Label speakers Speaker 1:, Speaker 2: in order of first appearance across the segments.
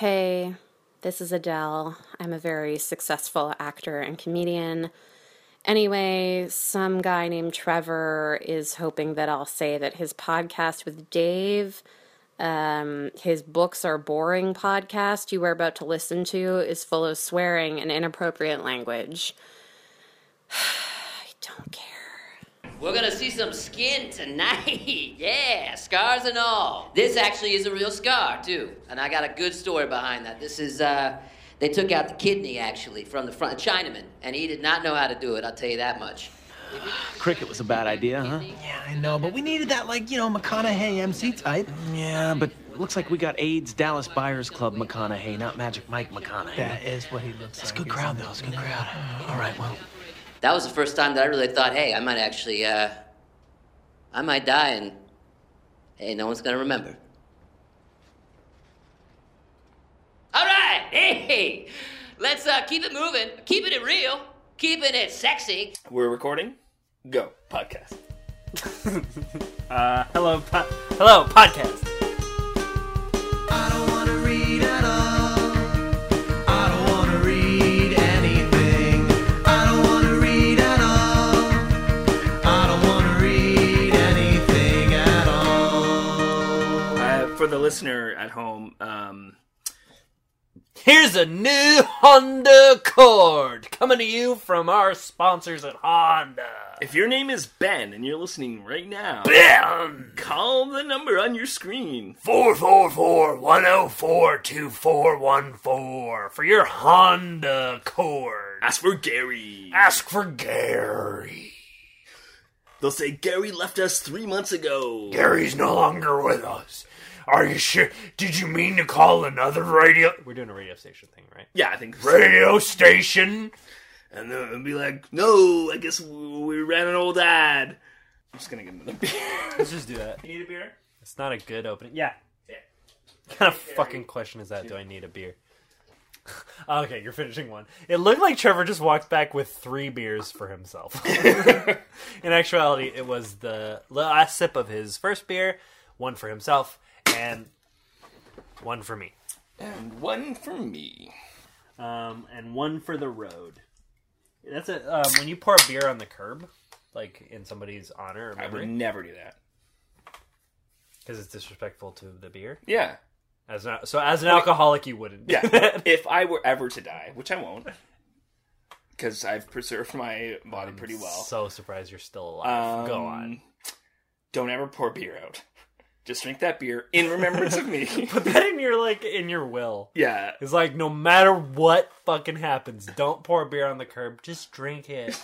Speaker 1: Hey, this is Adele. I'm a very successful actor and comedian. Anyway, some guy named Trevor is hoping that I'll say that his podcast with Dave, um, his books are boring podcast you were about to listen to, is full of swearing and inappropriate language. I don't care.
Speaker 2: We're gonna see some skin tonight. yeah, scars and all. This actually is a real scar too, and I got a good story behind that. This is uh, they took out the kidney actually from the front, a Chinaman, and he did not know how to do it. I'll tell you that much.
Speaker 3: Cricket was a bad idea, huh?
Speaker 4: Yeah, I know, but we needed that, like, you know, McConaughey MC type.
Speaker 3: Yeah, but looks like we got AIDS Dallas Buyers Club McConaughey, not Magic Mike McConaughey.
Speaker 4: That is what he looks
Speaker 3: It's a
Speaker 4: like.
Speaker 3: good crowd, though. It's a good crowd. All right, well,
Speaker 2: That was the first time that I really thought, hey, I might actually, uh, I might die, and hey, no one's gonna remember. All right, hey, let's uh, keep it moving, keeping it real, keeping it sexy.
Speaker 5: We're recording. Go podcast. uh, hello, po- hello podcast.
Speaker 6: I don't wanna read at all. I don't wanna read anything. I don't wanna read at all. I don't wanna read anything at all.
Speaker 5: Uh, for the listener at home, um,
Speaker 7: Here's a new Honda Accord coming to you from our sponsors at Honda.
Speaker 5: if your name is Ben and you're listening right now,
Speaker 7: Ben
Speaker 5: call the number on your screen.
Speaker 7: 444 104 2414 for your Honda Accord.
Speaker 5: Ask for Gary.
Speaker 7: Ask for Gary.
Speaker 5: They'll say Gary left us three months ago.
Speaker 7: Gary's no longer with us. Are you sure? Did you mean to call another radio
Speaker 8: We're doing a radio station thing, right?
Speaker 5: Yeah, I think. so.
Speaker 7: radio station?
Speaker 5: And then it'll be like, no, I guess w- we ran an old ad. I'm just gonna get another beer.
Speaker 8: Let's just do that.
Speaker 5: you need a beer?
Speaker 8: It's not a good opening. Yeah. What kind of fucking question is that? Do I need a beer? okay, you're finishing one. It looked like Trevor just walked back with three beers for himself. In actuality, it was the last sip of his first beer, one for himself, and one for me.
Speaker 5: And one for me.
Speaker 8: um, and one for the road. That's it. Um, when you pour a beer on the curb, like in somebody's honor or
Speaker 5: I would
Speaker 8: memory,
Speaker 5: never do that.
Speaker 8: because it's disrespectful to the beer.
Speaker 5: Yeah.
Speaker 8: As an, so, as an alcoholic, you wouldn't. do
Speaker 5: Yeah.
Speaker 8: that.
Speaker 5: if I were ever to die, which I won't, because I've preserved my body pretty well.
Speaker 8: So surprised you're still alive. Go on.
Speaker 5: Um, Don't ever pour beer out. Just drink that beer in remembrance of me.
Speaker 8: Put that in your like in your will.
Speaker 5: yeah.
Speaker 8: It's like no matter what fucking happens, don't pour beer on the curb. Just drink it.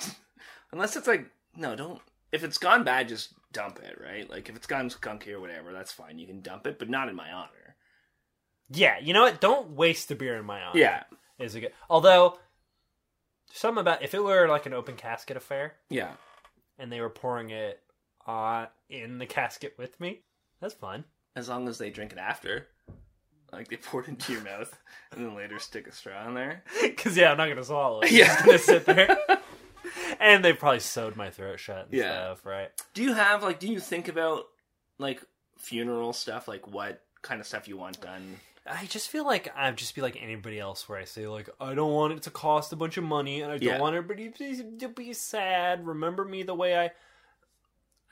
Speaker 5: Unless it's like, no, don't. If it's gone bad, just dump it, right? Like, if it's gone skunky or whatever, that's fine. You can dump it, but not in my honor.
Speaker 8: yeah, you know what? Don't waste a beer in my honor.
Speaker 5: Yeah.
Speaker 8: is a good. Although, something about if it were like an open casket affair,
Speaker 5: Yeah.
Speaker 8: and they were pouring it on in the casket with me. That's fun.
Speaker 5: As long as they drink it after. Like, they pour it into your mouth and then later stick a straw in there.
Speaker 8: Cause yeah, I'm not gonna swallow it.
Speaker 5: Yeah.
Speaker 8: Yeah, I'm just gonna sit there. and they probably sewed my throat shut and
Speaker 5: Yeah.
Speaker 8: stuff, right?
Speaker 5: Do you have like do you think about like funeral stuff, like what kind of stuff you want done?
Speaker 8: I just feel like I'd just be like anybody else, where I say like I don't want it to cost a bunch of money, and I don't
Speaker 5: Yeah.
Speaker 8: want everybody to- to be sad. Remember me the way I.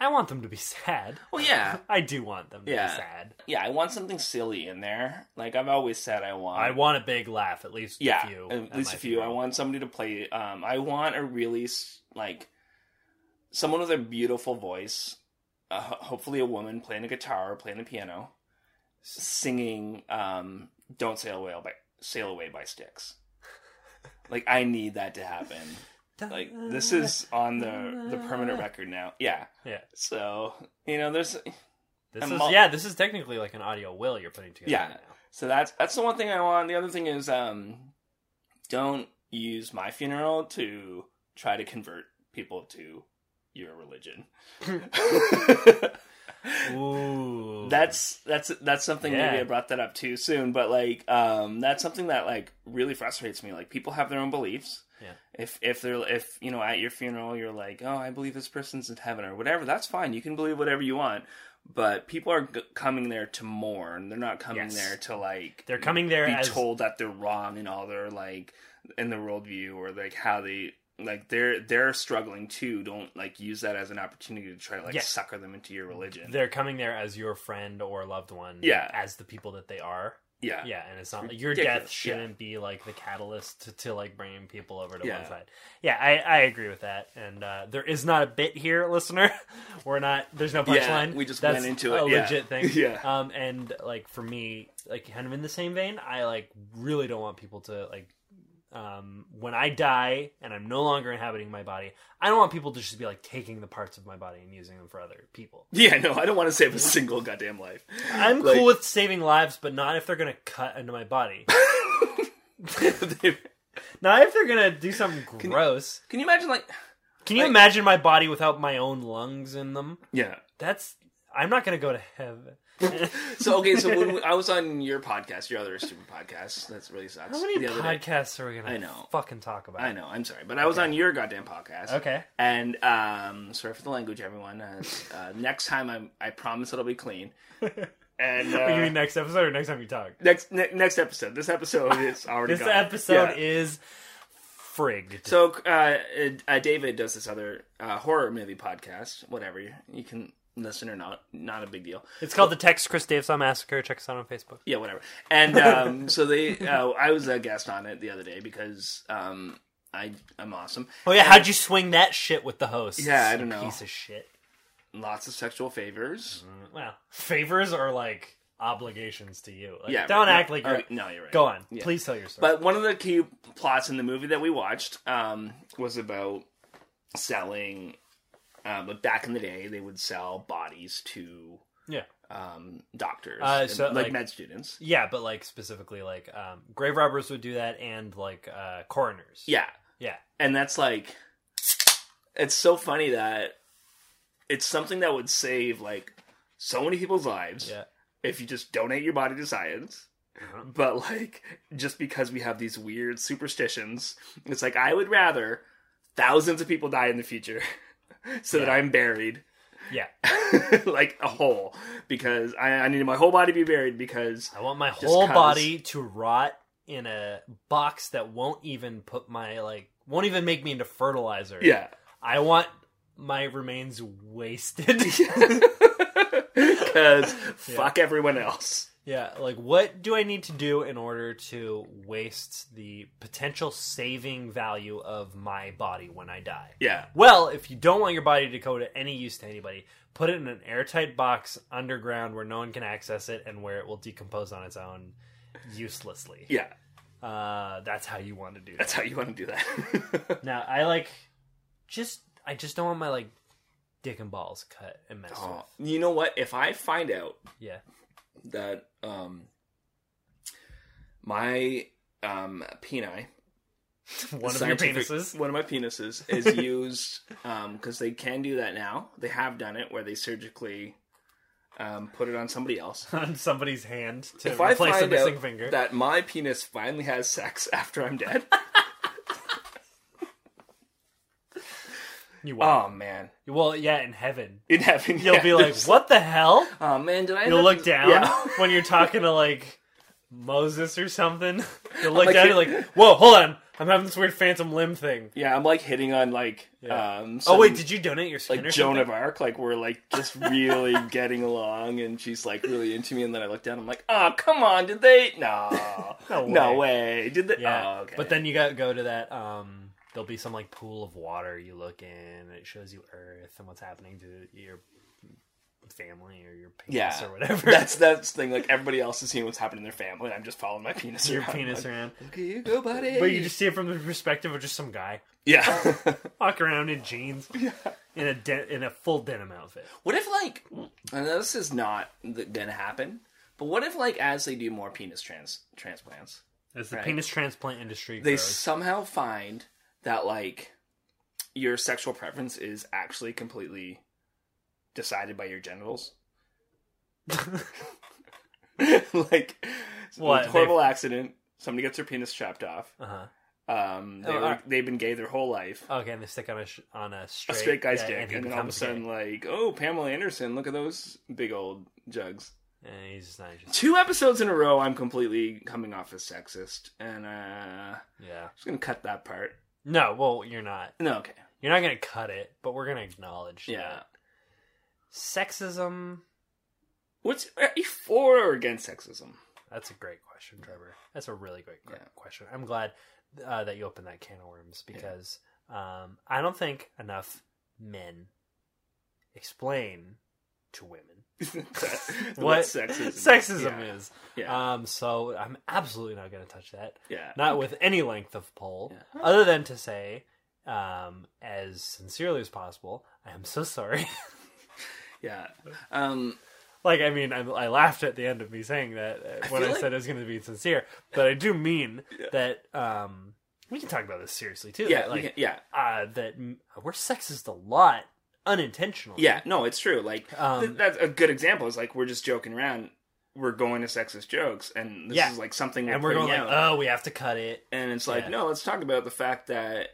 Speaker 8: I want them to be sad.
Speaker 5: Well yeah.
Speaker 8: I do want them to
Speaker 5: Yeah.
Speaker 8: be sad.
Speaker 5: Yeah, I want something silly in there. Like I've always said I want
Speaker 8: I want a big laugh, at least
Speaker 5: Um, yeah,
Speaker 8: a few.
Speaker 5: at
Speaker 8: at
Speaker 5: least
Speaker 8: my
Speaker 5: a few. I
Speaker 8: funeral.
Speaker 5: want somebody to play um I want a really s- like someone with a beautiful voice, uh, ho- hopefully a woman playing a guitar, playing the piano, singing um Don't Sail Away by Sail Away by Sticks. Like I need that to happen. like this is on the the permanent record now yeah
Speaker 8: Yeah.
Speaker 5: so you know there's
Speaker 8: This
Speaker 5: And
Speaker 8: is
Speaker 5: mul-
Speaker 8: yeah. This is technically like an audio will you're putting together.
Speaker 5: Yeah.
Speaker 8: right now.
Speaker 5: so that's that's the one thing i want the other thing is um don't use my funeral to try to convert people to your religion
Speaker 8: Ooh.
Speaker 5: that's that's that's something maybe
Speaker 8: Yeah.
Speaker 5: i brought that up too soon but like um that's something that like really frustrates me like people have their own beliefs
Speaker 8: Yeah.
Speaker 5: if if they're if you know at your funeral you're like oh i believe this person's in heaven or whatever that's fine you can believe whatever you want but people are g- coming there to mourn. They're not coming
Speaker 8: Yes.
Speaker 5: there to like
Speaker 8: They're coming there
Speaker 5: be
Speaker 8: as
Speaker 5: told that they're wrong in all their like in their worldview or like how they like they're they're struggling too. Don't like use that as an opportunity to try to like
Speaker 8: Yeah.
Speaker 5: sucker them into your religion.
Speaker 8: they're coming there as your friend or loved one.
Speaker 5: Yeah.
Speaker 8: as the people that they are.
Speaker 5: yeah,
Speaker 8: Yeah, and it's not your
Speaker 5: ridiculous,
Speaker 8: death
Speaker 5: yeah.
Speaker 8: shouldn't be like the catalyst to, to like bringing people over to
Speaker 5: Yeah.
Speaker 8: one side. Yeah, I, I agree with that. And uh, there is not a bit here, listener. We're not. There's no punchline.
Speaker 5: Yeah, we just
Speaker 8: That's
Speaker 5: went into
Speaker 8: A
Speaker 5: it, yeah.
Speaker 8: legit thing.
Speaker 5: Yeah.
Speaker 8: Um, and like for me, like kind of in the same vein, I like really don't want people to like. Um, when I die and I'm no longer inhabiting my body, I don't want people to just be like taking the parts of my body and using them for other people.
Speaker 5: yeah. No, I don't want to save a single goddamn life.
Speaker 8: I'm
Speaker 5: Like-
Speaker 8: cool with saving lives, but not if they're gonna cut into my body. Not if they're gonna do something gross.
Speaker 5: Can you imagine like
Speaker 8: Can you
Speaker 5: like-
Speaker 8: imagine my body without my own lungs in them?
Speaker 5: yeah.
Speaker 8: That's I'm not gonna go to heaven.
Speaker 5: So okay, so when we, I was on your podcast, your other stupid podcast, that's really sucks.
Speaker 8: How many
Speaker 5: the other day-
Speaker 8: podcasts are we gonna
Speaker 5: I know.
Speaker 8: fucking talk about?
Speaker 5: I know. I'm sorry, but I was on your goddamn podcast.
Speaker 8: Okay.
Speaker 5: And um, sorry for the language, everyone. Uh, uh, next time, I I promise it'll be clean. And uh,
Speaker 8: you mean next episode or next time you talk?
Speaker 5: next ne- next episode. This episode is already
Speaker 8: This
Speaker 5: gone.
Speaker 8: episode
Speaker 5: Yeah.
Speaker 8: is frigged.
Speaker 5: So uh, uh, David does this other uh, horror movie podcast. Whatever you can listen or not, not a big deal.
Speaker 8: it's called the Tex Chris Davesaw Massacre. Check us out on Facebook.
Speaker 5: yeah, whatever. And um, so they, uh, I was a guest on it the other day because um, I, I'm awesome.
Speaker 8: Oh yeah, how'd you swing that shit with the host?
Speaker 5: Yeah, I don't
Speaker 8: You
Speaker 5: know.
Speaker 8: Piece of shit.
Speaker 5: Lots of sexual favors.
Speaker 8: Well, favors are like obligations to you. Like,
Speaker 5: Yeah,
Speaker 8: don't
Speaker 5: right.
Speaker 8: act like you're.
Speaker 5: Alright, no, you're right.
Speaker 8: Go on.
Speaker 5: Yeah.
Speaker 8: Please tell your story.
Speaker 5: But one of the key plots in the movie that we watched um, was about selling. Uh, but back in the day, they would sell bodies to
Speaker 8: yeah.
Speaker 5: um, doctors,
Speaker 8: Uh,
Speaker 5: and-
Speaker 8: so,
Speaker 5: like,
Speaker 8: like-
Speaker 5: med students.
Speaker 8: Yeah, but like specifically, like um, grave robbers would do that, and like uh, coroners.
Speaker 5: Yeah,
Speaker 8: yeah,
Speaker 5: and that's like it's so funny that it's something that would save like so many people's lives
Speaker 8: yeah. Uh-huh.
Speaker 5: if you just donate your body to science but like just because we have these weird superstitions it's like i would rather thousands of people die in the future so that i'm buried
Speaker 8: Yeah,
Speaker 5: like a whole because I, I need my whole body to be buried because
Speaker 8: I want my whole
Speaker 5: 'cause.
Speaker 8: body to rot in a box that won't even put my like won't even make me into fertilizer.
Speaker 5: yeah
Speaker 8: I want my remains wasted.
Speaker 5: because fuck everyone else
Speaker 8: yeah, like what do I need to do in order to waste the potential saving value of my body when I die?
Speaker 5: yeah
Speaker 8: Well, if you don't want your body to go to any use to anybody, put it in an airtight box underground where no one can access it and where it will decompose on its own uselessly.
Speaker 5: yeah
Speaker 8: Uh, that's how you want to do
Speaker 5: that's
Speaker 8: that.
Speaker 5: how you want to do that
Speaker 8: Now, I like just I just don't want my like dick and balls cut and messed
Speaker 5: Oh,
Speaker 8: with.
Speaker 5: you know what? If I find out
Speaker 8: Yeah.
Speaker 5: that um my um peni
Speaker 8: One of your
Speaker 5: scientific-
Speaker 8: penises.
Speaker 5: one of my penises is used um because they can do that now. They have done it where they surgically um put it on somebody else.
Speaker 8: On somebody's hand to
Speaker 5: If I
Speaker 8: replace a
Speaker 5: find
Speaker 8: missing
Speaker 5: out
Speaker 8: finger.
Speaker 5: that my penis finally has sex after I'm dead,
Speaker 8: you won't.
Speaker 5: oh man,
Speaker 8: well, yeah, in heaven.
Speaker 5: in heaven
Speaker 8: You'll be like, What the hell?
Speaker 5: oh man, did I? end
Speaker 8: You'll
Speaker 5: up-
Speaker 8: look down
Speaker 5: Yeah.
Speaker 8: when you're talking to like Moses or something. You'll look
Speaker 5: like-
Speaker 8: down and you're like, whoa, hold on. I'm having this weird phantom limb thing.
Speaker 5: yeah, I'm like hitting on like
Speaker 8: Yeah.
Speaker 5: um.
Speaker 8: oh, wait,
Speaker 5: some-
Speaker 8: did you donate your skin
Speaker 5: like
Speaker 8: or
Speaker 5: Joan of
Speaker 8: something?
Speaker 5: Arc, like we're like just really getting along, and she's like really into me, and then I look down, I'm like, oh come on, did they? No,
Speaker 8: No
Speaker 5: no way, did they?
Speaker 8: Yeah.
Speaker 5: oh, okay.
Speaker 8: But then you got go to that um there'll be some like pool of water you look in and it shows you earth and what's happening to your family or your penis
Speaker 5: Yeah.
Speaker 8: or whatever.
Speaker 5: that's that's the thing. Like everybody else is seeing what's happening in their family, and I'm just following my penis.
Speaker 8: your
Speaker 5: around,
Speaker 8: penis
Speaker 5: like,
Speaker 8: around.
Speaker 5: Okay, you go, buddy.
Speaker 8: But you just see it from the perspective of just some guy
Speaker 5: yeah.
Speaker 8: walk around in jeans in a de- in a full denim outfit.
Speaker 5: what if like, I know this is not th- gonna happen, but what if like as they do more penis trans transplants,
Speaker 8: As the
Speaker 5: Right.
Speaker 8: penis transplant industry
Speaker 5: they
Speaker 8: grows.
Speaker 5: somehow find that like your sexual preference is actually completely decided by your genitals. like
Speaker 8: What,
Speaker 5: horrible accident, somebody gets their penis chopped off,
Speaker 8: Uh-huh.
Speaker 5: Um, they
Speaker 8: Oh,
Speaker 5: were,
Speaker 8: alright.
Speaker 5: they've been gay their whole life.
Speaker 8: Okay, and they stick on a sh- on a straight,
Speaker 5: a straight guy's
Speaker 8: yeah,
Speaker 5: dick,
Speaker 8: he
Speaker 5: and then all of a
Speaker 8: becomes
Speaker 5: sudden,
Speaker 8: gay.
Speaker 5: like, oh, Pamela Anderson, look at those big old jugs.
Speaker 8: and he's just not he's just
Speaker 5: Two episodes in a row, I'm completely coming off as sexist, and uh, I'm
Speaker 8: yeah.
Speaker 5: just gonna cut that part.
Speaker 8: No, well, you're not.
Speaker 5: No, okay,
Speaker 8: You're not gonna cut it, but we're gonna acknowledge.
Speaker 5: yeah.
Speaker 8: that. sexism.
Speaker 5: What's are you for or against sexism?
Speaker 8: That's a great question, Trevor. That's a really great que-
Speaker 5: Yeah.
Speaker 8: question. I'm glad uh, that you opened that can of worms because um, I don't think enough men explain to women
Speaker 5: what sexism? Yeah.
Speaker 8: is.
Speaker 5: Yeah.
Speaker 8: Um, so I'm absolutely not going to touch that.
Speaker 5: Yeah.
Speaker 8: Not with any length of pole,
Speaker 5: Yeah.
Speaker 8: other than to say, um, as sincerely as possible, I am so sorry.
Speaker 5: Yeah. Um,
Speaker 8: like, I mean, I, I laughed at the end of me saying that uh, when I
Speaker 5: feel like-
Speaker 8: said it was going to be sincere, but I do mean that um, we can talk about this seriously too.
Speaker 5: yeah.
Speaker 8: that,
Speaker 5: we
Speaker 8: like
Speaker 5: can- yeah.
Speaker 8: uh, that mm, we're sexist a lot unintentionally.
Speaker 5: Yeah. No, it's true. Like th-
Speaker 8: Um,
Speaker 5: that's a good example. Is like we're just joking around. We're going to sexist jokes, and this
Speaker 8: Yeah.
Speaker 5: is like something we're
Speaker 8: and we're going
Speaker 5: putting
Speaker 8: like,
Speaker 5: out.
Speaker 8: oh, we have to cut it.
Speaker 5: and it's like,
Speaker 8: Yeah.
Speaker 5: no, let's talk about the fact that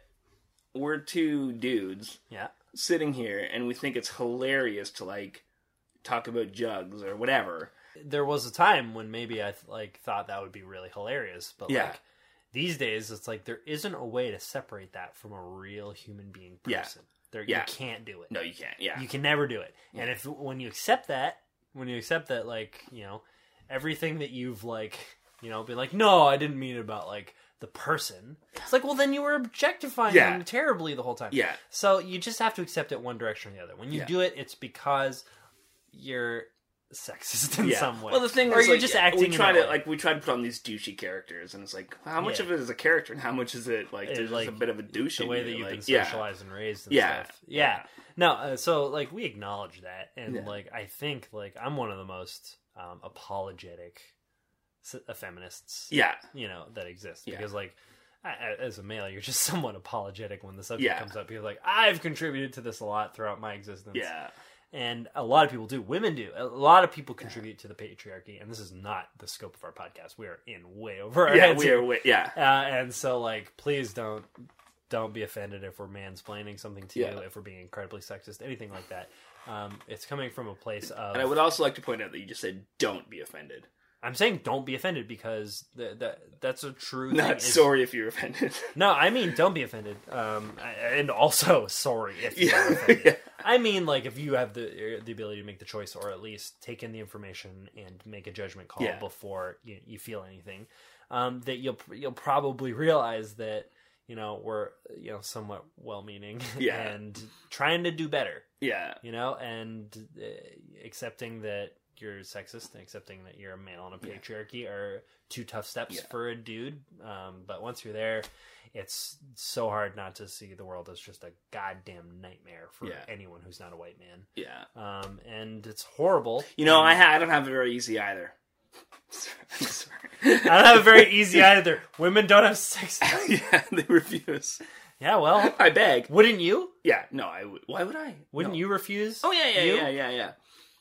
Speaker 5: we're two dudes
Speaker 8: Yeah.
Speaker 5: sitting here, and we think it's hilarious to like talk about jugs or whatever.
Speaker 8: there was a time when maybe I th- like thought that would be really hilarious, but
Speaker 5: Yeah.
Speaker 8: like these days, it's like there isn't a way to separate that from a real human being
Speaker 5: Yeah.
Speaker 8: person. There,
Speaker 5: Yeah.
Speaker 8: you can't do it.
Speaker 5: No, you can't. Yeah.
Speaker 8: You can never do it. And if when you accept that, when you accept that, like you know, everything that you've like, you know, been like, no, I didn't mean it about like the person. It's like, well, then you were objectifying
Speaker 5: Yeah.
Speaker 8: them terribly the whole time.
Speaker 5: Yeah.
Speaker 8: So you just have to accept it one direction or the other. When you
Speaker 5: Yeah.
Speaker 8: do it, it's because you're sexist in
Speaker 5: Yeah.
Speaker 8: some way.
Speaker 5: Well, the thing
Speaker 8: or
Speaker 5: was,
Speaker 8: you're
Speaker 5: like,
Speaker 8: just
Speaker 5: yeah,
Speaker 8: acting.
Speaker 5: We try
Speaker 8: in
Speaker 5: to
Speaker 8: that way.
Speaker 5: like we try to put on these douchey characters, and it's like how much
Speaker 8: Yeah.
Speaker 5: of it is a character, and how much is it like
Speaker 8: It,
Speaker 5: there's
Speaker 8: like,
Speaker 5: just a bit of a douche
Speaker 8: the
Speaker 5: in
Speaker 8: way
Speaker 5: you,
Speaker 8: that you've
Speaker 5: like,
Speaker 8: been socialized and raised and
Speaker 5: Yeah.
Speaker 8: stuff. Yeah. No, uh, so like we acknowledge that, and
Speaker 5: Yeah.
Speaker 8: like I think like I'm one of the most um, apologetic s- uh, feminists.
Speaker 5: Yeah,
Speaker 8: You know that exists
Speaker 5: Yeah.
Speaker 8: because like. I, I- as a male, you're just somewhat apologetic when the subject
Speaker 5: Yeah.
Speaker 8: comes up. You're like, I've contributed to this a lot throughout my existence,
Speaker 5: yeah,
Speaker 8: and a lot of people do. Women do. A lot of people contribute to the patriarchy, and this is not the scope of our podcast. We are in way over our
Speaker 5: yeah.
Speaker 8: heads
Speaker 5: we
Speaker 8: here.
Speaker 5: are, wi- yeah,
Speaker 8: Uh, and so, like, please don't don't be offended if we're mansplaining something to
Speaker 5: Yeah.
Speaker 8: you, if we're being incredibly sexist, anything like that. Um, it's coming from a place of
Speaker 5: and I would also like to point out that you just said don't be offended,
Speaker 8: I'm saying don't be offended because th- that that's a true. thing.
Speaker 5: not
Speaker 8: It's-
Speaker 5: sorry if you're offended.
Speaker 8: No, I mean don't be offended. Um, I- and also sorry if you're
Speaker 5: Yeah.
Speaker 8: offended.
Speaker 5: Yeah.
Speaker 8: I mean, like if you have the er, the ability to make the choice, or at least take in the information and make a judgment call
Speaker 5: Yeah.
Speaker 8: before you, you feel anything, um, that you'll you'll probably realize that you know we're you know somewhat well meaning
Speaker 5: Yeah.
Speaker 8: and trying to do better,
Speaker 5: yeah,
Speaker 8: you know, and uh, accepting that you're sexist and accepting that you're a male in a
Speaker 5: Yeah.
Speaker 8: patriarchy are two tough steps
Speaker 5: Yeah.
Speaker 8: for a dude. Um, but once you're there, it's so hard not to see the world as just a goddamn nightmare for
Speaker 5: Yeah.
Speaker 8: anyone who's not a white man.
Speaker 5: yeah.
Speaker 8: Um, and it's horrible.
Speaker 5: You know, I ha- I don't have it very easy either. I'm sorry.
Speaker 8: I don't have it very easy either. Women don't have sex.
Speaker 5: yeah, they refuse.
Speaker 8: Yeah, well,
Speaker 5: I beg.
Speaker 8: wouldn't you?
Speaker 5: Yeah, no, I would. Why would I?
Speaker 8: Wouldn't
Speaker 5: No.
Speaker 8: you refuse?
Speaker 5: Oh yeah, yeah,
Speaker 8: You?
Speaker 5: yeah, yeah, yeah.
Speaker 8: Yeah,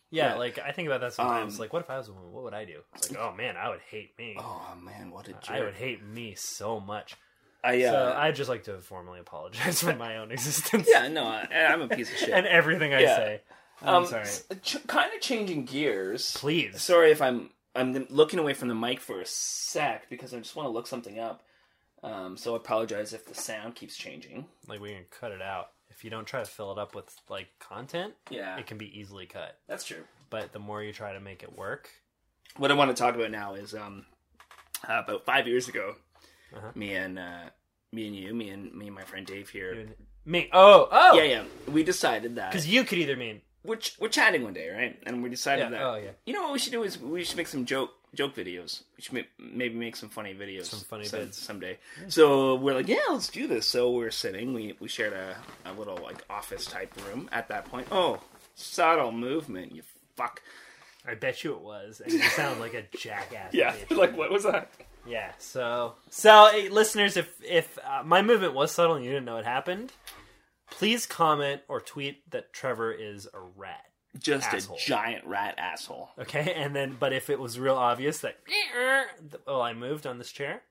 Speaker 5: Yeah.
Speaker 8: like I think about that sometimes.
Speaker 5: Um,
Speaker 8: like, what if I was a woman? What would I do? It's like, oh man, I would hate me.
Speaker 5: Oh man, what a jerk!
Speaker 8: I would hate me so much.
Speaker 5: I, uh,
Speaker 8: So I'd just like to formally apologize for my own existence
Speaker 5: yeah, no, I, I'm a piece of shit.
Speaker 8: and everything I
Speaker 5: Yeah.
Speaker 8: say. Oh, I'm
Speaker 5: Um,
Speaker 8: sorry.
Speaker 5: s- ch- kind of changing gears.
Speaker 8: Please.
Speaker 5: Sorry if I'm I'm gonna- looking away from the mic for a sec because I just want to look something up. Um, so I apologize if the sound keeps changing.
Speaker 8: like we can cut it out. If you don't try to fill it up with like content,
Speaker 5: Yeah,
Speaker 8: it can be easily cut.
Speaker 5: that's true.
Speaker 8: But the more you try to make it work,
Speaker 5: What I want to talk about now is um, uh, about five years ago,
Speaker 8: Uh-huh.
Speaker 5: me and uh, me and you, me and me and my friend Dave here.
Speaker 8: you and- me. Oh, oh.
Speaker 5: Yeah, yeah. We decided that
Speaker 8: Because you could either mean
Speaker 5: we're ch- we're chatting one day, right? And we decided
Speaker 8: Yeah,
Speaker 5: that.
Speaker 8: oh, yeah.
Speaker 5: You know what we should do is we should make some joke joke videos. We should make, maybe make some funny videos.
Speaker 8: Some funny bits.
Speaker 5: someday. So we're like, yeah, let's do this. So we're sitting. We we shared a, a little like office type room at that point. Oh, subtle movement, you fuck.
Speaker 8: I bet you it was, and you sound like a jackass.
Speaker 5: Yeah.
Speaker 8: bitch.
Speaker 5: like what was that?
Speaker 8: yeah. So, so eh, listeners, if if uh, my movement was subtle and you didn't know it happened, please comment or tweet that Trevor is a rat.
Speaker 5: Just
Speaker 8: Asshole.
Speaker 5: a giant rat asshole.
Speaker 8: Okay, and then but if it was real obvious that oh I moved on this chair,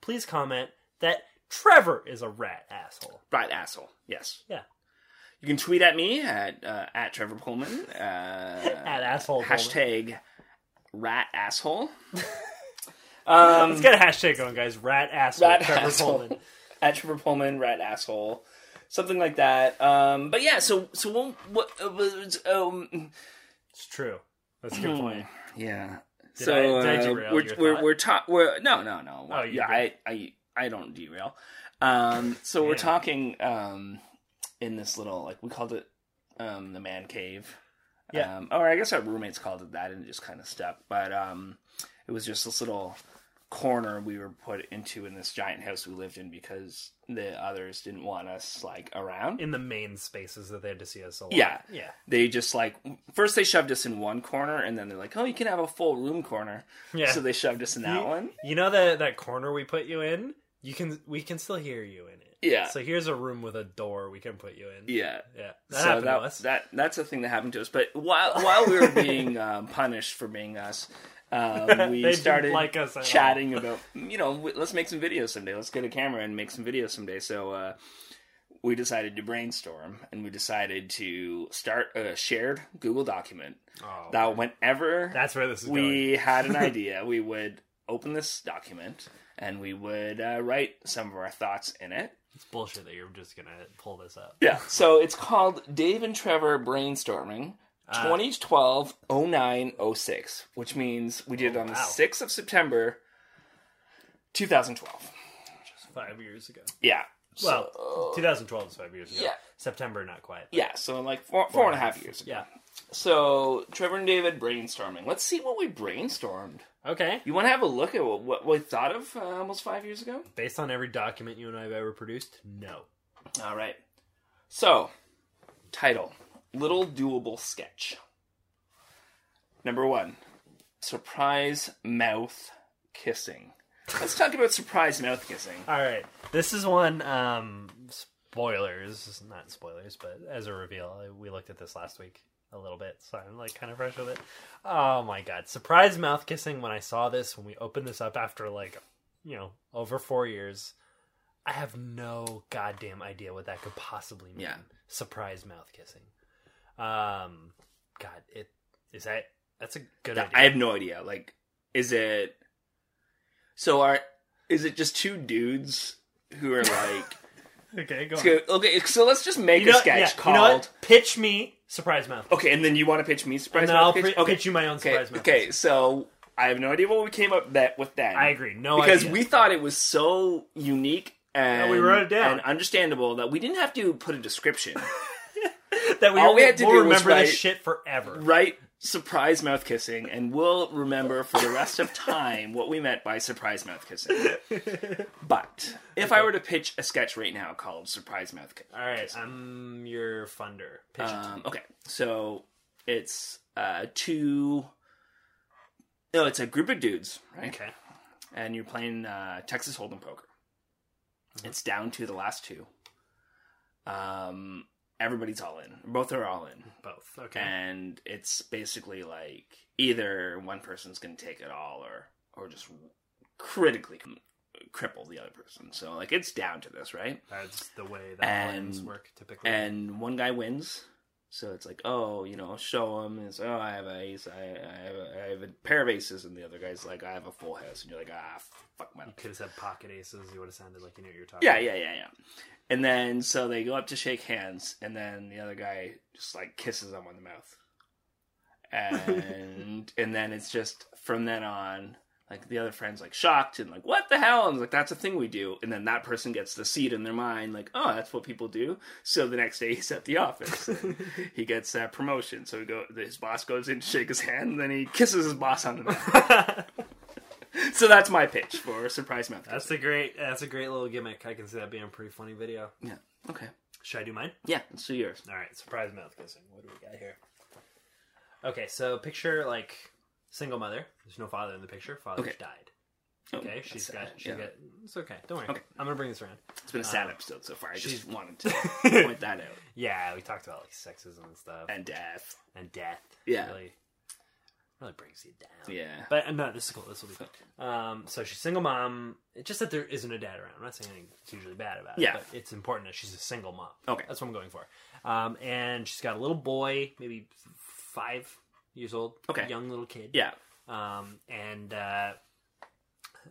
Speaker 8: please comment that Trevor is a rat asshole.
Speaker 5: Right, asshole. Yes.
Speaker 8: Yeah.
Speaker 5: You can tweet at me at uh, at Trevor Pullman. Uh,
Speaker 8: At asshole. Pullman.
Speaker 5: hashtag rat asshole. um,
Speaker 8: Let's get a hashtag going, guys. Rat asshole.
Speaker 5: rat
Speaker 8: Trevor
Speaker 5: asshole.
Speaker 8: Pullman.
Speaker 5: At Trevor Pullman, rat asshole, something like that. Um, but yeah, so so we'll, what uh, was, um,
Speaker 8: It's true. That's a good point.
Speaker 5: Hmm. yeah.
Speaker 8: Did
Speaker 5: so
Speaker 8: I- did I
Speaker 5: uh,
Speaker 8: derail
Speaker 5: we're
Speaker 8: your
Speaker 5: we're
Speaker 8: thought?
Speaker 5: we're, ta- we're no no no.
Speaker 8: Oh, you
Speaker 5: yeah, I, I I don't derail. Um, so we're
Speaker 8: Damn.
Speaker 5: talking um in this little like we called it um the man cave.
Speaker 8: Yeah.
Speaker 5: Um, or I guess our roommates called it that and it just kind of stuck. But um, it was just this little corner we were put into in this giant house we lived in because the others didn't want us like around.
Speaker 8: In the main spaces that they had to see us a lot.
Speaker 5: Yeah.
Speaker 8: Yeah.
Speaker 5: They just like first they shoved us in one corner and then they're like, "Oh, you can have a full room corner."
Speaker 8: Yeah.
Speaker 5: So they shoved us in that
Speaker 8: You-
Speaker 5: one.
Speaker 8: You know that that corner we put you in? You can we can still hear you in it.
Speaker 5: Yeah.
Speaker 8: So here's a room with a door we can put you in.
Speaker 5: Yeah.
Speaker 8: Yeah. That
Speaker 5: so
Speaker 8: happened
Speaker 5: that,
Speaker 8: to us.
Speaker 5: that that's a thing that happened to us. But while while we were being um, punished for being us, um,
Speaker 8: They
Speaker 5: we
Speaker 8: didn't
Speaker 5: started
Speaker 8: like us at all.
Speaker 5: chatting about you know w- let's make some videos someday. Let's get a camera and make some videos someday. So uh, we decided to brainstorm and we decided to start a shared Google document
Speaker 8: Oh,
Speaker 5: that whenever
Speaker 8: that's where this is going.
Speaker 5: we had an idea. We would open this document and we would uh, write some of our thoughts in it.
Speaker 8: It's bullshit that you're just gonna pull this up.
Speaker 5: Yeah. So it's called Dave and Trevor Brainstorming
Speaker 8: Ah.
Speaker 5: 2012 0906, which means we did it on the
Speaker 8: Oh, wow.
Speaker 5: 6th of September 2012.
Speaker 8: Five years ago.
Speaker 5: Yeah.
Speaker 8: Well, 2012 is five years ago.
Speaker 5: Yeah.
Speaker 8: September, not quite.
Speaker 5: Yeah. So like four, four and a half years ago.
Speaker 8: Yeah.
Speaker 5: So Trevor and David brainstorming. Let's see what we brainstormed.
Speaker 8: Okay.
Speaker 5: You want to have a look at what, what we thought of uh, almost five years ago?
Speaker 8: Based on every document you and I have ever produced, no.
Speaker 5: All right. So, title Little Doable Sketch. Number one Surprise Mouth Kissing. Let's talk about surprise mouth kissing.
Speaker 8: All right. This is one. Um, spoilers, not spoilers, but as a reveal, I- we looked at this last week a little bit, so I'm like kind of fresh with it. Oh my god! Surprise mouth kissing. When I saw this, when we opened this up after like, you know, over four years, I have no goddamn idea what that could possibly mean.
Speaker 5: Yeah.
Speaker 8: Surprise mouth kissing. Um, God, it is that. That's a good
Speaker 5: I
Speaker 8: idea.
Speaker 5: have no idea. Like, is it. So, are. Is it just two dudes who are like.
Speaker 8: okay, go on.
Speaker 5: okay, okay, so let's just make
Speaker 8: You know-
Speaker 5: a sketch
Speaker 8: yeah,
Speaker 5: called.
Speaker 8: You know what? Pitch me surprise mouth.
Speaker 5: Okay, and then you want to pitch me surprise
Speaker 8: and then
Speaker 5: mouth
Speaker 8: I'll
Speaker 5: pitch?
Speaker 8: pitch,
Speaker 5: okay.
Speaker 8: pitch you my own
Speaker 5: Okay,
Speaker 8: surprise mouth.
Speaker 5: okay, so I have no idea what we came up that with that.
Speaker 8: I agree. No
Speaker 5: because
Speaker 8: idea.
Speaker 5: we thought it was so unique and
Speaker 8: Yeah, we wrote it down.
Speaker 5: and understandable that we didn't have to put a description.
Speaker 8: that we
Speaker 5: all we had to
Speaker 8: will
Speaker 5: do was
Speaker 8: remember
Speaker 5: write-
Speaker 8: this shit forever.
Speaker 5: right? Surprise mouth kissing, and we'll remember for the rest of time what we meant by surprise mouth kissing. But if I were to pitch a sketch right now called Surprise Mouth Kissing,
Speaker 8: All right, I'm your funder. Pitch it to me.
Speaker 5: Um, okay, so it's uh, two. No, it's a group of dudes, right?
Speaker 8: Okay.
Speaker 5: And you're playing uh, Texas Hold'em poker. It's down to the last two. Um, everybody's all in. Both are all in,
Speaker 8: Both. Okay.
Speaker 5: and it's basically like either one person's going to take it all, or or just critically cripple the other person. So like it's down to this, right?
Speaker 8: That's the way that plans
Speaker 5: and-
Speaker 8: work typically.
Speaker 5: and one guy wins. So it's like, oh, you know, show him. It's oh, I have an ace. I, I have a, I have a pair of aces, and the other guy's like, I have a full house, and you're like, ah, fuck my.
Speaker 8: you could have said pocket aces. You would have sounded like you knew what you were talking.
Speaker 5: Yeah, yeah, yeah, yeah. And then so they go up to shake hands, and then the other guy just like kisses him on the mouth, and and then it's just from then on. Like the other friend's like shocked and like what the hell? And like that's a thing we do. And then that person gets the seed in their mind like oh that's what people do. So the next day he's at the office. And he gets that promotion. So he go his boss goes in to shake his hand and then he kisses his boss on the mouth. so that's my pitch for surprise mouth.
Speaker 8: That's a great. That's a great little gimmick. I can see that being a pretty funny video.
Speaker 5: yeah. Okay.
Speaker 8: Should I do mine?
Speaker 5: Yeah. Let's do yours.
Speaker 8: All right, surprise mouth kissing. What do we got here? Okay, so picture like single mother. There's no father in the picture. Father's
Speaker 5: Okay.
Speaker 8: died.
Speaker 5: Oh,
Speaker 8: Okay,
Speaker 5: that's
Speaker 8: she's got.
Speaker 5: sad.
Speaker 8: She
Speaker 5: Yeah.
Speaker 8: has got. It's okay. Don't worry.
Speaker 5: Okay.
Speaker 8: I'm gonna bring this around.
Speaker 5: It's been a
Speaker 8: Uh,
Speaker 5: sad episode so far. I just wanted to point that out.
Speaker 8: Yeah, we talked about like sexism and stuff
Speaker 5: And death.
Speaker 8: and death.
Speaker 5: Yeah.
Speaker 8: Really Really brings you down.
Speaker 5: Yeah.
Speaker 8: But uh, no, this is cool. This will be fun. Um, so she's single mom. It's just that there isn't a dad around. I'm not saying anything's usually bad about it.
Speaker 5: Yeah.
Speaker 8: But it's important that she's a single mom.
Speaker 5: Okay.
Speaker 8: That's what I'm going for. Um, and she's got a little boy, maybe f- five years old.
Speaker 5: Okay.
Speaker 8: Young little kid.
Speaker 5: Yeah.
Speaker 8: Um, and uh,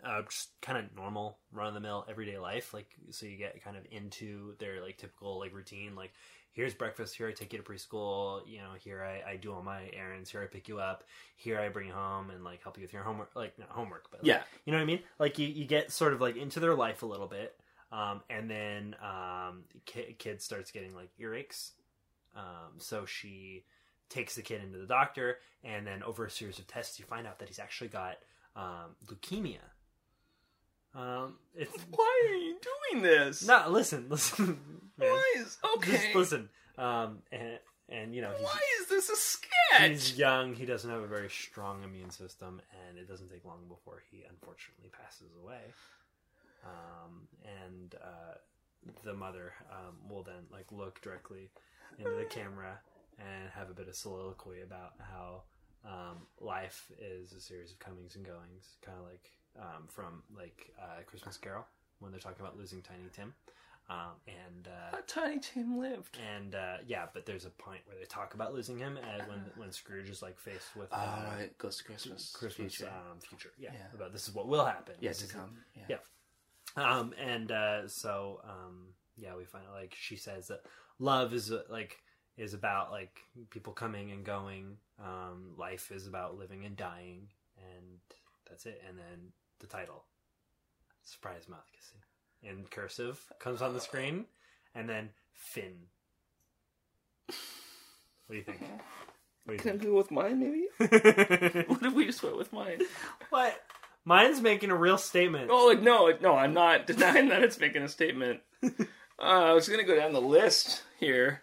Speaker 8: uh, just kind of normal, run of the mill, everyday life. Like, so you get kind of into their like typical like routine. Like, here's breakfast. Here I take you to preschool. You know, here I, I do all my errands. Here I pick you up. Here I bring you home and like help you with your homework. Like not homework, but like,
Speaker 5: Yeah.
Speaker 8: you know what I mean. Like you you get sort of like into their life a little bit. Um, and then um, ki- kid starts getting like earaches. Um, so she takes the kid into the doctor, and then over a series of tests, you find out that he's actually got um, leukemia. Um, it's
Speaker 5: Why are you doing this?
Speaker 8: no, listen, listen, man.
Speaker 5: Why is okay?
Speaker 8: Just listen. Um, and and you know
Speaker 5: Why
Speaker 8: he's,
Speaker 5: is this a sketch?
Speaker 8: he's young. He doesn't have a very strong immune system, and it doesn't take long before he unfortunately passes away. Um, and uh, the mother um, will then like look directly into the camera and have a bit of soliloquy about how um, life is a series of comings and goings, kind of like um, from like uh, Christmas Carol when they're talking about losing Tiny Tim. Um, and uh,
Speaker 5: Tiny Tim lived.
Speaker 8: and uh, yeah, but there's a point where they talk about losing him and when when Scrooge is like faced with uh,
Speaker 5: All right, goes to Christmas.
Speaker 8: Christmas
Speaker 5: Future.
Speaker 8: Um, future. Yeah,
Speaker 5: Yeah.
Speaker 8: about this is what will happen.
Speaker 5: yeah,
Speaker 8: This
Speaker 5: to
Speaker 8: is-
Speaker 5: come. Yeah.
Speaker 8: um, and uh, so um, yeah, we find out like she says that love is uh, like is about like people coming and going. Um, life is about living and dying, and that's it. And then the title, surprise mouth kissing, in cursive comes on the screen, and then Finn. What do you think? What do
Speaker 5: Can
Speaker 8: you
Speaker 5: I do it with mine, maybe?
Speaker 8: think?
Speaker 5: what if we just went with mine?
Speaker 8: what? Mine's making a real statement.
Speaker 5: Oh, like, no, like, no, I'm not denying that it's making a statement. Uh, I was going to go down the list here.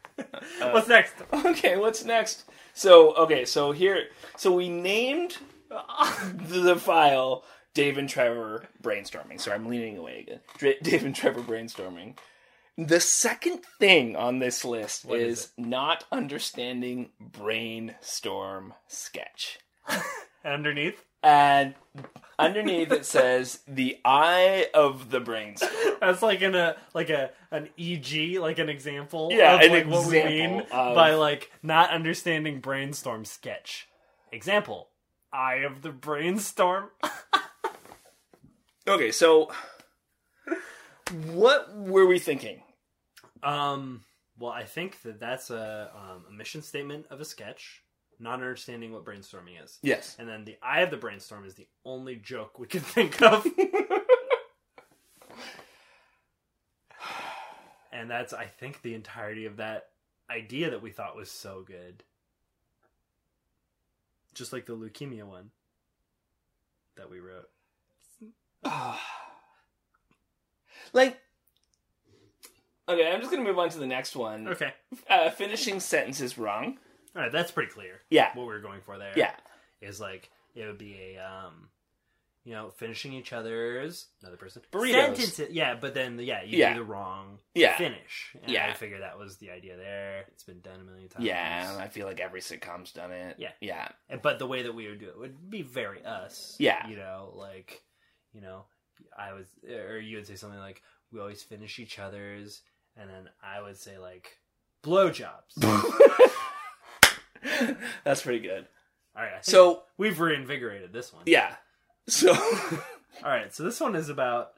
Speaker 8: What's next?
Speaker 5: Okay, what's next? So, okay, so here, so we named the file Dave and Trevor brainstorming. Sorry, I'm leaning away again. Dra- Dave and Trevor brainstorming. The second thing on this list is not understanding brainstorm sketch.
Speaker 8: Underneath.
Speaker 5: And underneath it says the eye of the brainstorm.
Speaker 8: That's like in a like a an EG, like an example.
Speaker 5: Yeah,
Speaker 8: of
Speaker 5: an
Speaker 8: like what we mean
Speaker 5: example of-
Speaker 8: by like not understanding brainstorm sketch. Example: Eye of the brainstorm.
Speaker 5: Okay, so what were we thinking?
Speaker 8: Um. Well, I think that that's a um, a mission statement of a sketch. Not understanding what brainstorming is,
Speaker 5: Yes.
Speaker 8: and then the eye of the brainstorm is the only joke we could think of. and that's I think the entirety of that idea that we thought was so good. Just like the leukemia one that we wrote.
Speaker 5: Like, okay, I'm just gonna move on to the next one.
Speaker 8: Okay.
Speaker 5: Uh, finishing sentences wrong.
Speaker 8: All right, that's pretty clear.
Speaker 5: Yeah.
Speaker 8: What we were going for there.
Speaker 5: Yeah.
Speaker 8: Is like it would be a um you know, finishing each other's another person
Speaker 5: Burritos.
Speaker 8: Sentences. Yeah, but then yeah, you
Speaker 5: Yeah.
Speaker 8: do the wrong
Speaker 5: Yeah.
Speaker 8: finish. And I
Speaker 5: Yeah.
Speaker 8: figure that was the idea there. It's been done a million times.
Speaker 5: Yeah, I feel like every sitcom's done it.
Speaker 8: Yeah.
Speaker 5: Yeah.
Speaker 8: And- but the way that we would do it would be very us.
Speaker 5: Yeah.
Speaker 8: You know, like, you know, I was, or you would say something like, we always finish each other's, and then I would say, like, blowjobs. All
Speaker 5: That's pretty good.
Speaker 8: right. I think
Speaker 5: So-
Speaker 8: we've reinvigorated this one.
Speaker 5: Yeah. So
Speaker 8: All right. So this one is about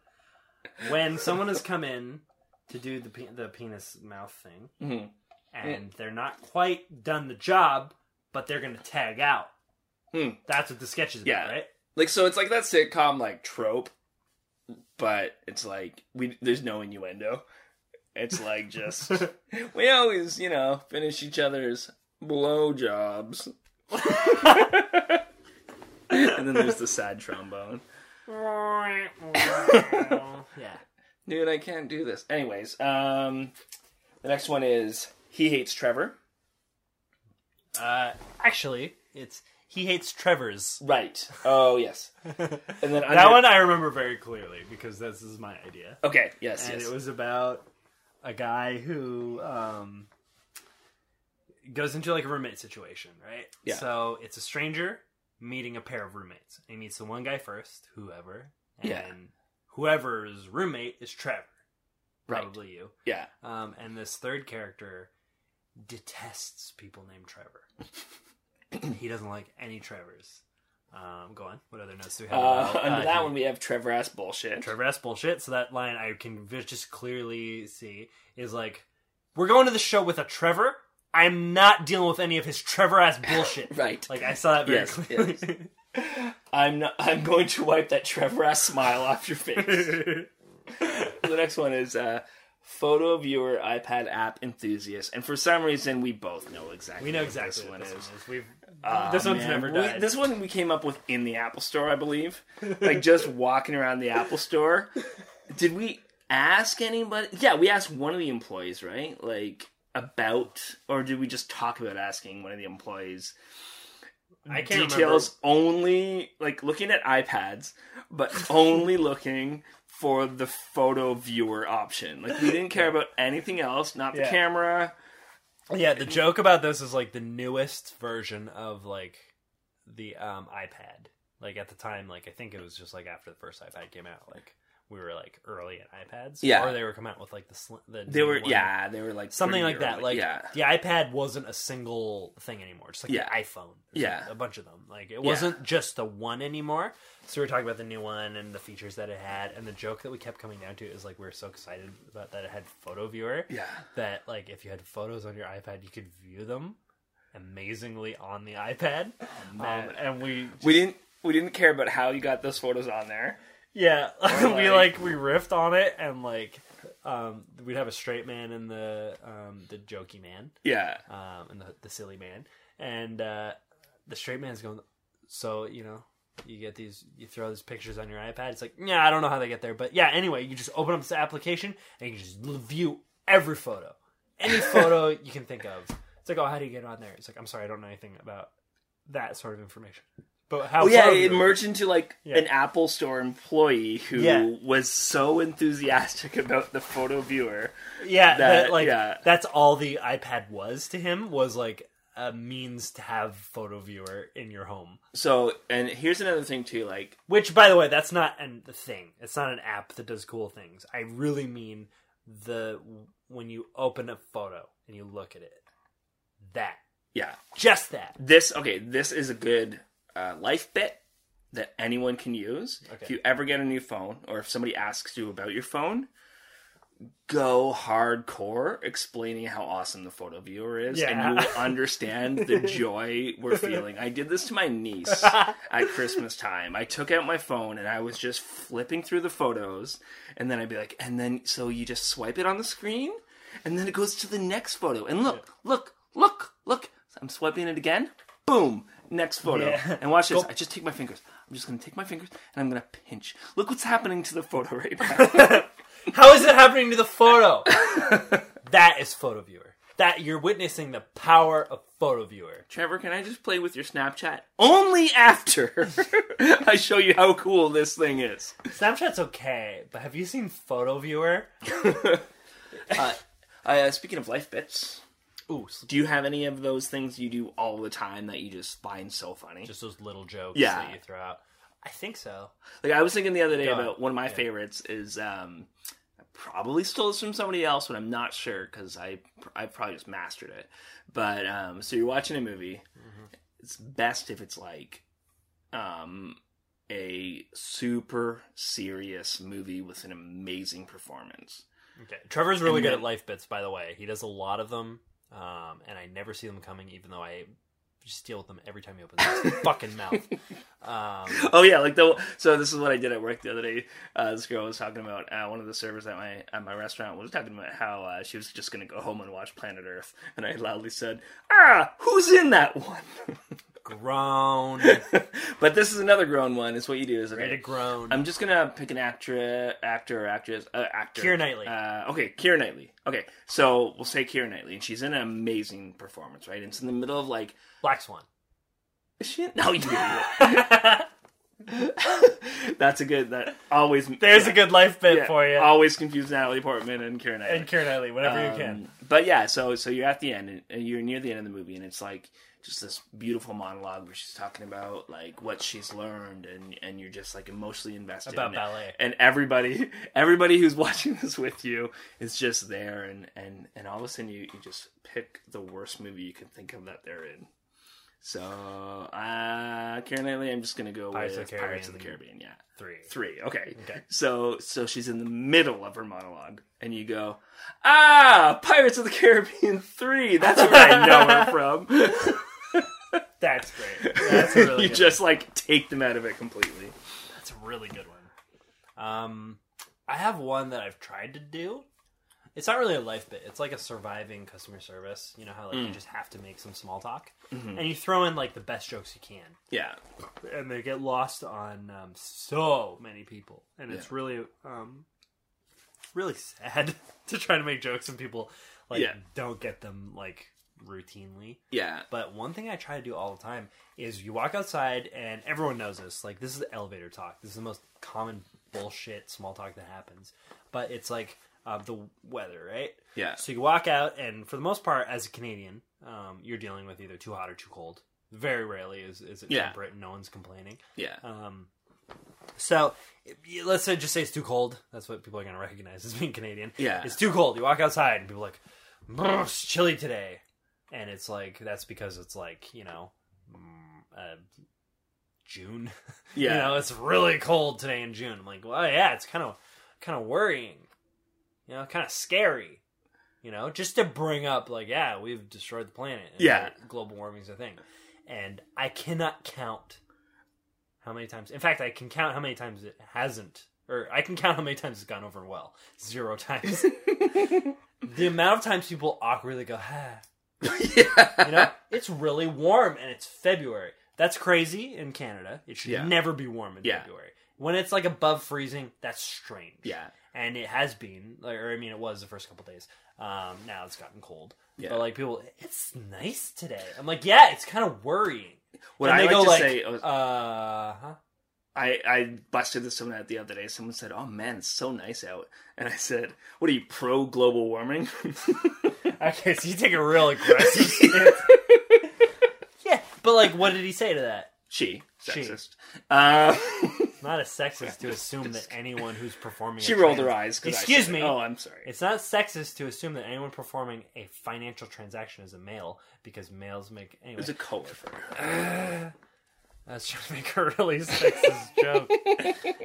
Speaker 8: when someone has come in to do the, pe- the penis mouth thing,
Speaker 5: Mhm.
Speaker 8: and they're not quite done the job, but they're going to tag out.
Speaker 5: Hmm.
Speaker 8: That's what the sketch is about,
Speaker 5: Yeah.
Speaker 8: right?
Speaker 5: like so it's like that sitcom like trope, but it's like we there's no innuendo. It's like just we always, you know, finish each other's blowjobs. and then there's the sad trombone.
Speaker 8: yeah.
Speaker 5: Dude, I can't do this. Anyways, um the next one is He Hates Trevor.
Speaker 8: Uh, actually, it's he hates Trevor's.
Speaker 5: Right. Oh yes. And then
Speaker 8: That one I remember very clearly because this is my idea,
Speaker 5: Okay, yes,
Speaker 8: and
Speaker 5: yes.
Speaker 8: it was about a guy who um, goes into like a roommate situation, right?
Speaker 5: Yeah.
Speaker 8: So it's a stranger meeting a pair of roommates. And he meets the one guy first, whoever, and
Speaker 5: Yeah.
Speaker 8: whoever's roommate is Trevor,
Speaker 5: Right.
Speaker 8: probably you.
Speaker 5: Yeah.
Speaker 8: Um, and this third character detests people named Trevor. he doesn't like any Trevors. Um, go on. What other notes do we have?
Speaker 5: Uh,
Speaker 8: about,
Speaker 5: under
Speaker 8: he-
Speaker 5: that one, we have Trevor ass bullshit.
Speaker 8: Trevor that's bullshit. So that line I can vi- just clearly see is like, we're going to the show with a Trevor. I'm not dealing with any of his Trevor ass bullshit.
Speaker 5: Right.
Speaker 8: Like I saw that very
Speaker 5: Yes,
Speaker 8: clearly.
Speaker 5: I'm not, I'm going to wipe that Trevor ass smile off your face. the next one is uh, photo viewer iPad app enthusiast, and for some reason we both know exactly.
Speaker 8: we know
Speaker 5: what
Speaker 8: exactly
Speaker 5: this
Speaker 8: what
Speaker 5: one
Speaker 8: this
Speaker 5: is.
Speaker 8: one is. We've
Speaker 5: Aw,
Speaker 8: this one's
Speaker 5: man.
Speaker 8: never
Speaker 5: We-
Speaker 8: died.
Speaker 5: this one we came up with in the Apple Store, I believe. Like just walking around the Apple Store. Did we ask anybody? Yeah, we asked one of the employees, right? Like about, or did we just talk about asking one of the employees?
Speaker 8: I can't
Speaker 5: details only like looking at iPads, but only looking for the photo viewer option. Like we didn't care about anything else, not the
Speaker 8: Yeah.
Speaker 5: camera.
Speaker 8: remember. Yeah, the joke about this is like the newest version of like the um, iPad. Like at the time, like I think it was just like after the first iPad came out, like we were like early in iPads.
Speaker 5: Yeah.
Speaker 8: or they were coming out with like the sli- the
Speaker 5: They
Speaker 8: new
Speaker 5: were
Speaker 8: one.
Speaker 5: yeah, they were like
Speaker 8: something like
Speaker 5: 30
Speaker 8: that.
Speaker 5: early.
Speaker 8: Like
Speaker 5: yeah.
Speaker 8: the iPad wasn't a single thing anymore. Just like
Speaker 5: Yeah.
Speaker 8: the iPhone. There's,
Speaker 5: Yeah.
Speaker 8: like, a bunch of them. Like it wasn't just the one anymore. So we were talking about the new one and the features that it had, and the joke that we kept coming down to is like we were so excited about that it had photo viewer.
Speaker 5: Yeah.
Speaker 8: That like if you had photos on your iPad, you could view them amazingly on the iPad. Um, and we
Speaker 5: We didn't we didn't care about how you got those photos on there.
Speaker 8: Yeah, we
Speaker 5: like-
Speaker 8: like we riffed on it, and like um, we'd have a straight man and the um, the jokey man,
Speaker 5: Yeah.
Speaker 8: um, and the, the silly man, and uh, the straight man's going. So you know, you get these, you throw these pictures on your iPad. It's like, yeah, I don't know how they get there, but yeah. Anyway, you just open up this application and you just view every photo, any photo you can think of. It's like, oh, how do you get on there? It's like, I'm sorry, I don't know anything about that sort of information. But how?
Speaker 5: Oh yeah,
Speaker 8: photo
Speaker 5: it
Speaker 8: viewer-
Speaker 5: merged into like
Speaker 8: Yeah.
Speaker 5: an Apple Store employee who
Speaker 8: Yeah.
Speaker 5: was so enthusiastic about the photo viewer.
Speaker 8: Yeah,
Speaker 5: that-
Speaker 8: that, like
Speaker 5: yeah.
Speaker 8: that's all the iPad was to him was like a means to have photo viewer in your home.
Speaker 5: So, and here's another thing too, like
Speaker 8: Which, by the way, that's not an, the thing. It's not an app that does cool things. I really mean the when you open a photo and you look at it, that
Speaker 5: yeah,
Speaker 8: just that.
Speaker 5: this okay this is a good uh, life bit that anyone can use if you ever get a new phone or if somebody asks you about your phone go hardcore explaining how awesome the photo viewer is and
Speaker 8: Yeah.
Speaker 5: you will understand the joy we're feeling i did this to my niece at christmas time i took out my phone and i was just flipping through the photos and then i'd be like and then so you just swipe it on the screen and then it goes to the next photo and look look look look i'm swiping it again boom next photo
Speaker 8: Yeah.
Speaker 5: and watch this i just take my fingers i'm just gonna take my fingers and i'm gonna pinch look what's happening to the photo right now
Speaker 8: How is it happening to the photo? that is photo viewer. That you're witnessing the power of photo viewer.
Speaker 5: trevor can i just play with your snapchat only after i show you how cool this thing is
Speaker 8: Snapchat's okay, but have you seen photo viewer?
Speaker 5: uh, speaking of life bits
Speaker 8: Ooh,
Speaker 5: do you have any of those things you do all the time that you just find so funny
Speaker 8: just those little jokes
Speaker 5: Yeah.
Speaker 8: that you throw out. I think so.
Speaker 5: Like I was thinking the other day
Speaker 8: Done.
Speaker 5: about one of my favorites is um, I probably stole this from somebody else, but I'm not sure because I I probably just mastered it. But um, so you're watching a movie. It's best if it's like um, a super serious movie with an amazing performance.
Speaker 8: Okay. Trevor's really
Speaker 5: And
Speaker 8: good
Speaker 5: then-
Speaker 8: at life bits, by the way. He does a lot of them, um, and I never see them coming, even though I just deal with them every time he opens his fucking mouth. Um,
Speaker 5: Oh yeah, like the so this is what I did at work the other day. Uh, this girl was talking about uh, one of the servers at my at my restaurant was talking about how uh, she was just gonna go home and watch Planet Earth, and I loudly said, "Ah, who's in that one?"
Speaker 8: groan.
Speaker 5: but this is another grown one. It's what you do is
Speaker 8: Ready to
Speaker 5: okay.
Speaker 8: groan.
Speaker 5: I'm just gonna pick an actor, actor or actress, uh, actor.
Speaker 8: Keira Knightley.
Speaker 5: Uh, okay, Keira Knightley. Okay, so we'll say Keira Knightley, and she's in an amazing performance, right? And it's in the middle of like,
Speaker 8: Black Swan.
Speaker 5: is she? In... No, you. That's a good. That always.
Speaker 8: There's
Speaker 5: yeah.
Speaker 8: a good life bit
Speaker 5: Yeah,
Speaker 8: for you.
Speaker 5: Always confuse Natalie Portman and Keira Knightley.
Speaker 8: and Kieran Knightley, whenever you
Speaker 5: Um,
Speaker 8: can.
Speaker 5: But yeah, so so you're at the end, and- and you're near the end of the movie, and it's like just this beautiful monologue where she's talking about like what she's learned and and you're just like emotionally invested
Speaker 8: About
Speaker 5: in it.
Speaker 8: ballet.
Speaker 5: and everybody everybody who's watching this with you is just there and and and all of a sudden you you just pick the worst movie you can think of that they're in so uh Karen Knightley I'm just gonna go
Speaker 8: Pirates
Speaker 5: with
Speaker 8: of the
Speaker 5: Pirates of the
Speaker 8: Caribbean.
Speaker 5: Caribbean yeah
Speaker 8: Three.
Speaker 5: three. Okay.
Speaker 8: Okay.
Speaker 5: So so she's in the middle of her monologue, and you go, ah, Pirates of the Caribbean three. That's where I know her from.
Speaker 8: That's great. That's a really
Speaker 5: you
Speaker 8: good
Speaker 5: just like take them out of it completely.
Speaker 8: That's a really good one. Um, I have one that I've tried to do. It's not really a life bit. It's like a surviving customer service. You know how
Speaker 5: Mm.
Speaker 8: like you just have to make some small talk,
Speaker 5: Mm-hmm.
Speaker 8: and you throw in like the best jokes you can,
Speaker 5: Yeah.
Speaker 8: and they get lost on um, so many people, and it's
Speaker 5: Yeah.
Speaker 8: really, um, really sad to try to make jokes and people like
Speaker 5: Yeah.
Speaker 8: don't get them like routinely.
Speaker 5: Yeah.
Speaker 8: But one thing I try to do all the time is you walk outside and everyone knows this. Like this is the elevator talk. This is the most common bullshit small talk that happens. But it's like uh, the weather, right?
Speaker 5: Yeah.
Speaker 8: So you walk out, and for the most part, as a Canadian, um, you're dealing with either too hot or too cold. Very rarely is, is it
Speaker 5: Yeah.
Speaker 8: temperate. and No one's complaining.
Speaker 5: Yeah.
Speaker 8: Um, so if you- let's say just say it's too cold. That's what people are going to recognize as being Canadian.
Speaker 5: Yeah.
Speaker 8: it's too cold. You walk outside and people are like, "Brr, it's chilly today, and it's like that's because it's like you know, mm, uh, June.
Speaker 5: Yeah.
Speaker 8: you know, it's really cold today in June. I'm like, well, yeah, it's kind of kind of worrying. You know, kind of scary. You know, just to bring up like, yeah, we've destroyed the planet. and
Speaker 5: Yeah.
Speaker 8: global warming's a thing, and I cannot count how many times. In fact, I can count how many times it hasn't, or I can count how many times it's gone over well. Zero times. the amount of times people awkwardly go, ah.
Speaker 5: yeah.
Speaker 8: you know, it's really warm and it's February. That's crazy in Canada. It should
Speaker 5: Yeah.
Speaker 8: never be warm in
Speaker 5: Yeah.
Speaker 8: February. When it's like above freezing, that's strange.
Speaker 5: Yeah.
Speaker 8: and it has been, like, or I mean, it was the first couple days. Um, now it's gotten cold.
Speaker 5: Yeah.
Speaker 8: But like people, it's nice today. I'm like, yeah, it's kind of worrying.
Speaker 5: What
Speaker 8: and
Speaker 5: I
Speaker 8: they
Speaker 5: like
Speaker 8: go
Speaker 5: to
Speaker 8: like, "Uh-huh."
Speaker 5: say,
Speaker 8: uh
Speaker 5: oh,
Speaker 8: huh.
Speaker 5: I I busted this someone out the other day. Someone said, "Oh man, it's so nice out," and I said, "What are you pro global warming?"
Speaker 8: Okay, so you take a real aggressive stance. yeah, but like, what did he say to that?
Speaker 5: she
Speaker 8: She.
Speaker 5: sexist. Uh,
Speaker 8: Not a sexist to assume that anyone who's performing.
Speaker 5: she
Speaker 8: a
Speaker 5: rolled
Speaker 8: trans-
Speaker 5: her eyes. 'cause I
Speaker 8: Excuse
Speaker 5: said it.
Speaker 8: me.
Speaker 5: Oh, I'm sorry.
Speaker 8: It's not sexist to assume that anyone performing a financial transaction is a male because males make. Anyway,
Speaker 5: It's a coworker.
Speaker 8: I was trying to make a really sexist joke,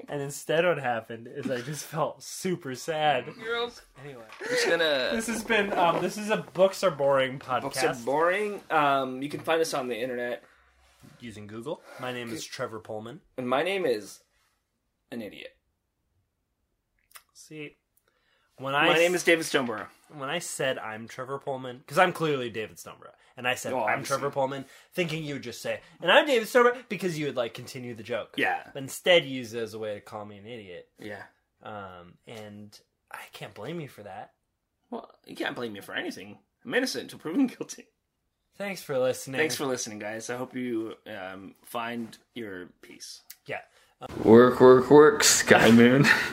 Speaker 8: and instead, what happened is I just felt super sad. Anyway,
Speaker 5: Just gonna.
Speaker 8: this has been um, this is a books are boring podcast
Speaker 5: Books are boring. Um, you can find us on the internet.
Speaker 8: using Google. My name is Trevor Pullman.
Speaker 5: And my name is an idiot.
Speaker 8: See, when I
Speaker 5: my name is David Stoneborough.
Speaker 8: when I said I'm Trevor Pullman, because I'm clearly David Stoneborough, and I said
Speaker 5: Oh,
Speaker 8: I'm
Speaker 5: obviously.
Speaker 8: Trevor Pullman, thinking you would just say, and I'm David Stoneborough, because you would like continue the joke.
Speaker 5: Yeah.
Speaker 8: But instead, you use it as a way to call me an idiot.
Speaker 5: Yeah.
Speaker 8: Um, and I can't blame you for that.
Speaker 5: Well, you can't blame me for anything. I'm innocent until proven guilty.
Speaker 8: Thanks for listening.
Speaker 5: Thanks for listening, guys. I hope you um, find your peace.
Speaker 8: yeah.
Speaker 9: Work, work, work, Sky Moon.